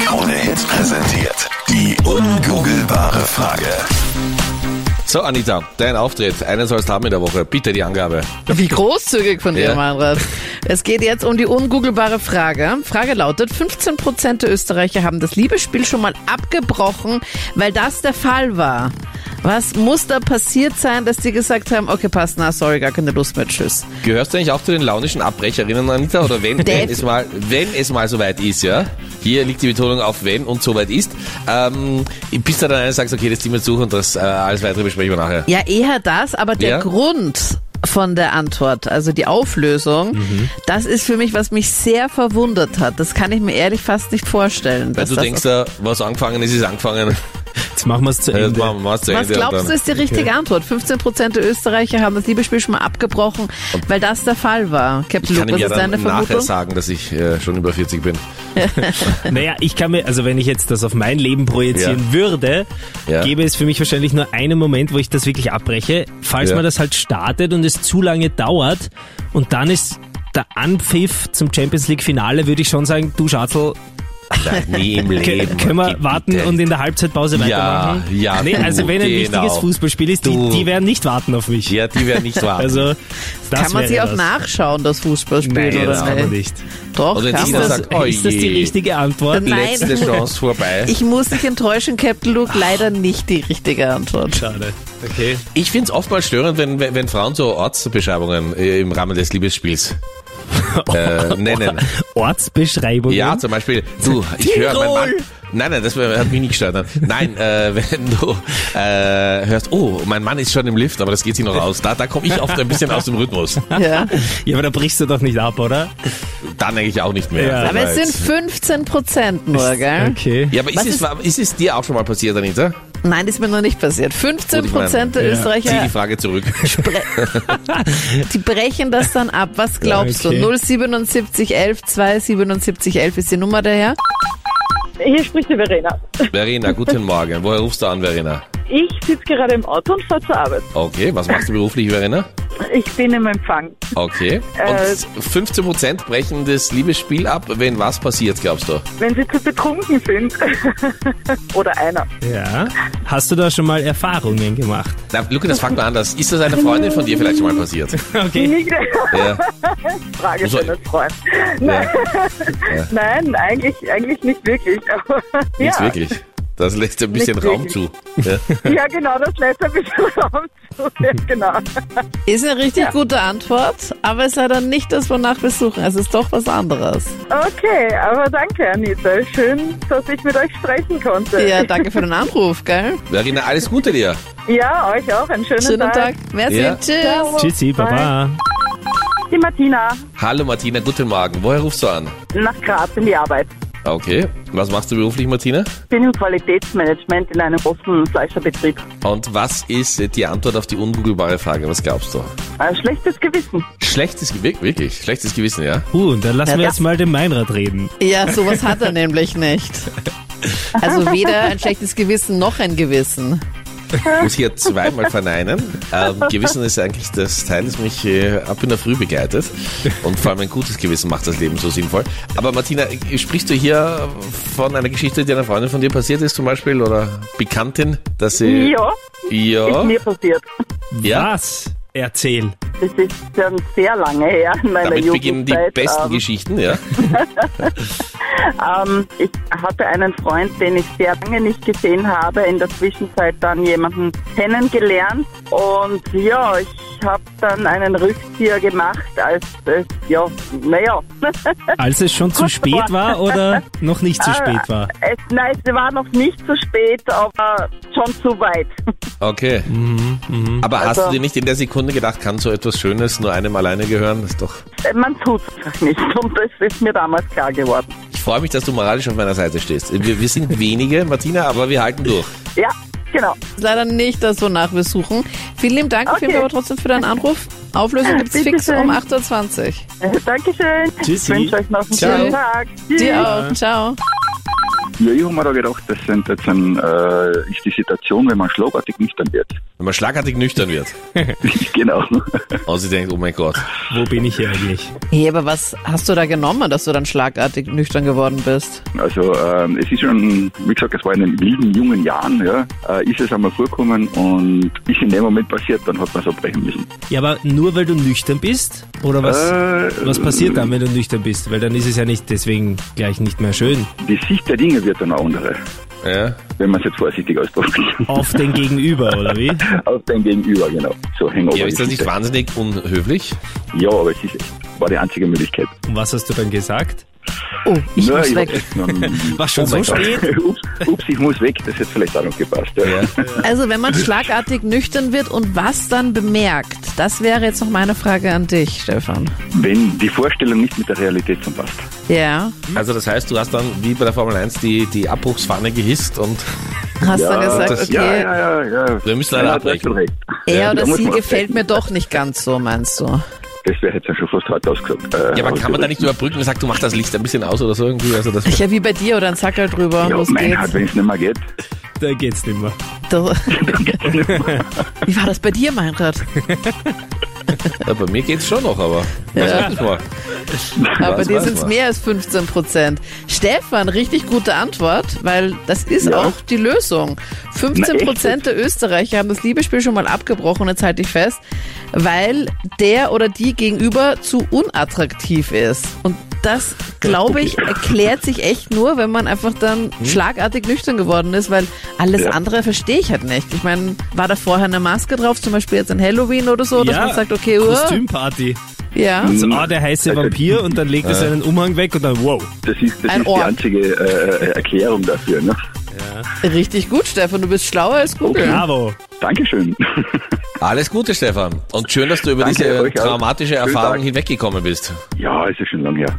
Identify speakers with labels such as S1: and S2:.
S1: Krone Hits präsentiert die ungoogelbare Frage.
S2: So, Anita, dein Auftritt. Einen sollst du haben in der Woche. Bitte die Angabe.
S3: Wie großzügig von dir,
S2: Ja.
S3: Meinrad. Es geht jetzt um die ungoogelbare Frage. Frage lautet, 15% der Österreicher haben das Liebesspiel schon mal abgebrochen, weil das der Fall war. Was muss da passiert sein, dass die gesagt haben, okay, passt, na, sorry, gar keine Lust mehr, tschüss.
S2: Gehörst du eigentlich auch zu den launischen Abbrecherinnen, Anita? Oder wenn, wenn
S3: Def-
S2: es mal, wenn es mal soweit ist, ja? Hier liegt die Betonung auf wenn und soweit ist. Ähm, bist du dann einer, sagst, okay, das ziehen wir zu und das äh, alles weitere besprechen wir nachher.
S3: Ja, eher das, aber der
S2: Ja?
S3: Grund von der Antwort, also die Auflösung,
S2: Mhm.
S3: das ist für mich, was mich sehr verwundert hat. Das kann ich mir ehrlich fast nicht vorstellen.
S2: Weil
S3: dass
S2: du
S3: das
S2: denkst, äh, was angefangen ist, ist angefangen.
S4: Jetzt machen wir es zu
S2: Das
S4: Ende.
S2: machen wir zu
S3: Was
S2: Ende und
S3: glaubst du,
S2: dann-
S3: ist die richtige Antwort? 15% der Österreicher haben das Liebesspiel schon mal abgebrochen, weil das der Fall war.
S2: Ich
S3: Captain
S2: kann
S3: Luke,
S2: ihm
S3: was
S2: ja
S3: ist
S2: dann
S3: deine
S2: nachher
S3: Vermutung?
S2: sagen, dass ich äh, schon über 40 bin.
S4: Naja, ich kann mir, also wenn ich jetzt das auf mein Leben projizieren
S2: Ja.
S4: würde,
S2: Ja.
S4: gäbe es für mich wahrscheinlich nur einen Moment, wo ich das wirklich abbreche. Falls
S2: Ja.
S4: man das halt startet und es zu lange dauert und dann ist der Anpfiff zum Champions League Finale, würde ich schon sagen, du Schatzel,
S2: Nein, nie im
S4: kö-
S2: Leben.
S4: können wir
S2: Gib
S4: warten
S2: bitte.
S4: und in der Halbzeitpause
S2: Ja,
S4: weitermachen?
S2: ja,
S4: Nee, also
S2: du,
S4: wenn ein wichtiges
S2: genau.
S4: Fußballspiel ist,
S2: Du.
S4: die, die werden nicht warten auf mich.
S2: Ja, die werden nicht warten.
S4: Also, das
S3: Kann man
S4: wäre
S3: sich auch
S4: was.
S3: nachschauen, das Fußballspiel
S4: Nein,
S3: oder
S4: das kann man
S3: nicht?
S4: nicht.
S3: Doch,
S2: Oder
S3: kann
S2: die
S3: man.
S2: das sagt, oh
S4: ist das die
S2: je.
S4: richtige Antwort?
S3: Nein.
S2: Letzte
S3: das-
S2: Chance vorbei.
S3: Ich muss dich enttäuschen, Captain Luke, leider nicht die richtige Antwort.
S4: Schade. Okay.
S2: Ich finde es oftmals störend, wenn, wenn wenn Frauen so Ortsbeschreibungen äh, im Rahmen des Liebesspiels äh, nennen.
S4: Ortsbeschreibung.
S2: Ja, also- zum Beispiel, du, ich höre mein Mann. Nein, nein, das hat mich nicht gestört. Nein, äh, wenn du äh, hörst, oh, mein Mann ist schon im Lift, aber das geht sich noch aus. Da, da komme ich oft ein bisschen aus dem Rhythmus.
S3: Ja.
S4: Ja, aber da brichst du doch nicht ab, oder?
S2: Dann eigentlich auch nicht mehr. Also
S4: Ja.
S3: Aber es sind 15% nur, gell?
S4: Okay.
S2: ja, aber ist
S3: Was
S2: es, ist es dir auch schon mal passiert, Anita?
S3: Nein, ist mir noch nicht passiert. 15% der
S4: Ja.
S2: Zieh die
S3: Österreicher,
S2: Frage zurück.
S3: die brechen das dann ab. Was glaubst
S4: okay.
S3: du? 077 11 277 11 ist die Nummer daher?
S5: Hier spricht die Verena.
S2: Verena, guten Morgen. Woher rufst du an, Verena?
S5: Ich sitze gerade im Auto und fahre zur Arbeit.
S2: Okay, was machst du beruflich, Verena?
S5: Ich bin im Empfang.
S2: Okay. Und
S5: Äh,
S2: 15% brechen das Liebesspiel ab, wenn was passiert, glaubst du?
S5: Wenn Sie zu betrunken sind. Oder einer.
S4: Ja. Hast du da schon mal Erfahrungen gemacht?
S2: Na, Luca, das fragt mal anders. Ist das einer Freundin von dir vielleicht schon mal passiert?
S4: Okay.
S5: Nicht
S2: Ja.
S5: Frage
S2: Also-
S5: für einen Freund. Nein, Nein eigentlich, eigentlich nicht wirklich. Aber,
S2: Nicht
S5: ja.
S2: wirklich. Das lässt ein bisschen
S5: Nicht
S2: Raum zu. Ja.
S5: ja, genau, das lässt ein bisschen Raum zu. Ja, genau.
S3: Ist eine richtig gute Antwort, aber es ist leider nicht das, wonach wir suchen. Es ist doch was anderes.
S5: Okay, aber danke, Anita. Schön, dass ich mit euch sprechen konnte.
S3: Ja, danke für den Anruf, gell?
S2: Verena, alles Gute dir.
S5: Ja, euch auch. Einen schönen,
S3: Schönen Tag. Merci,
S2: Ja.
S3: tschüss.
S4: Tschüssi, Baba.
S5: Die Martina
S2: Hallo Martina, guten Morgen. Woher rufst du an?
S5: nach Graz in die Arbeit.
S2: Okay. Was machst du beruflich, Martina?
S5: bin im Qualitätsmanagement in einem großen Fleischerbetrieb.
S2: Und was ist die Antwort auf die ungoogelbare Frage? Was glaubst du?
S5: Ein schlechtes Gewissen.
S2: Schlechtes Gewissen, wirklich. Schlechtes Gewissen, ja?
S4: Uh, und dann lassen wir
S3: Ja.
S4: jetzt mal den Meinrad reden.
S3: Ja, sowas hat er nämlich nicht. Also weder ein schlechtes Gewissen noch ein Gewissen.
S2: muss hier zweimal verneinen. Ähm, Gewissen ist eigentlich das Teil, das mich äh, ab in der Früh begleitet. Und vor allem ein gutes Gewissen macht das Leben so sinnvoll. Aber Martina, äh, sprichst du hier von einer Geschichte, die einer Freundin von dir passiert ist zum Beispiel oder Bekanntin, dass sie...
S5: Ja, ist
S2: Ja,
S5: mir passiert.
S2: ja.
S4: Was? Erzähl.
S5: Das ist schon sehr lange her in meiner
S2: Damit beginnen die
S5: Jugendzeit.
S2: besten
S5: ähm,
S2: Geschichten, ja.
S5: ähm, ich hatte einen Freund, den ich sehr lange nicht gesehen habe, in der Zwischenzeit dann jemanden kennengelernt und ja, ich habe dann einen Rückzieher gemacht, als es, ja, naja,
S4: Als es schon zu spät war oder noch nicht
S3: Äh.
S4: zu spät war?
S5: es, nein, es war noch nicht zu spät, aber schon zu weit.
S2: Okay. Aber hast du
S5: Also-
S2: dir nicht in der Sekunde gedacht, kann so etwas Schönes nur einem alleine gehören? Das ist doch...
S5: Man tut es nicht und das ist mir damals klar geworden.
S2: Ich freue mich, dass du moralisch auf meiner Seite stehst. Wir, wir sind wenige, Martina, aber wir halten durch.
S5: Ja, genau.
S3: Ist leider nicht das, wonach wir suchen. Vielen lieben Dank auf jeden
S5: Okay.
S3: Fall aber trotzdem für deinen Anruf. Auflösung gibt's
S5: Bitte
S3: fix
S5: schön.
S3: um 8.20 Uhr.
S5: Dankeschön.
S4: Tschüssi.
S5: Ich wünsche euch noch einen
S4: Ciao.
S5: schönen Tag. Tschüss.
S3: Dir auch. Ciao.
S6: Ja, ich habe mir da gedacht, das sind jetzt ein, äh, ist die Situation, wenn man schlagartig nüchtern wird.
S2: Wenn man schlagartig nüchtern wird
S6: genau.
S2: und sie denkt, oh mein Gott,
S4: Wo bin ich hier eigentlich?
S3: Hey, aber was hast du da genommen, dass du dann schlagartig nüchtern geworden bist?
S6: Also ähm, es ist schon, wie gesagt, es war in den wilden jungen Jahren, ja, äh, ist es einmal vorgekommen und ist in dem Moment passiert, dann hat man es abbrechen müssen.
S4: Ja, aber nur weil du nüchtern bist? Oder was,
S6: Äh,
S4: was passiert dann, wenn du nüchtern bist? Weil dann ist es ja nicht deswegen gleich nicht mehr schön.
S6: Die Sicht der Dinge wird dann eine andere,
S2: ja,
S6: wenn man es jetzt vorsichtig ausdrückt.
S4: Auf den Gegenüber, oder wie?
S6: Auf dein Gegenüber, genau. So Hangover.
S2: ja ist das nicht
S6: Geschichte.
S2: wahnsinnig unhöflich?
S6: Ja, aber es ist echt, war die einzige Möglichkeit.
S4: Und was hast du dann gesagt?
S3: Oh, ich
S6: Na,
S3: muss
S6: ich
S3: weg.
S6: hab's jetzt noch- Oh
S4: War schon so spät?
S6: ups, ups, ich muss weg, das hätte vielleicht auch noch gepasst. Ja.
S2: Ja.
S3: Also wenn man schlagartig nüchtern wird und was dann bemerkt, das wäre jetzt noch meine Frage an dich, Stefan.
S6: Wenn die Vorstellung nicht mit der Realität zusammenpasst.
S3: Ja,
S2: Also das heißt, du hast dann wie bei der Formel 1 die, die Abbruchsfahne gehisst und
S3: hast dann gesagt,
S2: das-
S3: okay,
S6: ja, ja, ja, ja.
S2: Wir müssen leider
S6: Ja, du hast
S2: abbrechen.
S6: schon recht.
S3: er
S6: Ja,
S3: oder
S6: da muss
S3: sie
S6: man
S3: gefällt
S6: abbrechen.
S3: mir doch nicht ganz so, meinst du?
S6: Das wäre jetzt schon fast hart ausgesagt. Äh,
S2: ja, aber kann man da
S6: ausgedrückt.
S2: nicht überbrücken und sagt, du mach das Licht ein bisschen aus oder so irgendwie? Also das
S3: Ja, wie bei dir oder ein Sackerl drüber,
S6: Ja,
S3: los
S6: mein
S3: geht's.
S6: Gott, wenn es nicht mehr geht.
S4: Da geht's nicht mehr.
S3: Das- wie war das bei dir, Meinrad?
S2: ja, bei mir geht's schon noch, aber
S3: Ja.
S2: weiß ich mal.
S3: Aber
S2: Was
S3: dir
S2: weiß
S3: sind es
S2: man?
S3: mehr als 15 Prozent. Stefan, richtig gute Antwort, weil das ist
S6: Ja.
S3: auch die Lösung. 15 Prozent der Österreicher haben das Liebesspiel schon mal abgebrochen, jetzt halte ich fest, weil der oder die gegenüber zu unattraktiv ist. Und das, glaube ich, erklärt sich echt nur, wenn man einfach dann schlagartig nüchtern geworden ist, weil alles
S6: Ja.
S3: andere verstehe ich halt nicht. Ich meine, war da vorher eine Maske drauf, zum Beispiel jetzt an Halloween oder so, dass man sagt, okay, uh,
S4: Kostümparty.
S3: ja.
S4: So, ah, der heiße Vampir und dann legt er seinen Umhang weg und dann wow.
S6: Das ist, das
S3: Ein
S6: ist die
S3: Ohr.
S6: einzige äh, Erklärung dafür. Ne?
S3: Richtig gut, Stefan. Du bist schlauer als Google.
S4: Bravo.
S6: Dankeschön.
S2: Alles Gute, Stefan. Und schön, dass du über
S6: Danke,
S2: diese
S6: euch auch.
S2: traumatische
S6: Schönen
S2: Erfahrung
S6: Tag.
S2: hinweggekommen bist.
S6: ja, es ist schon lang her.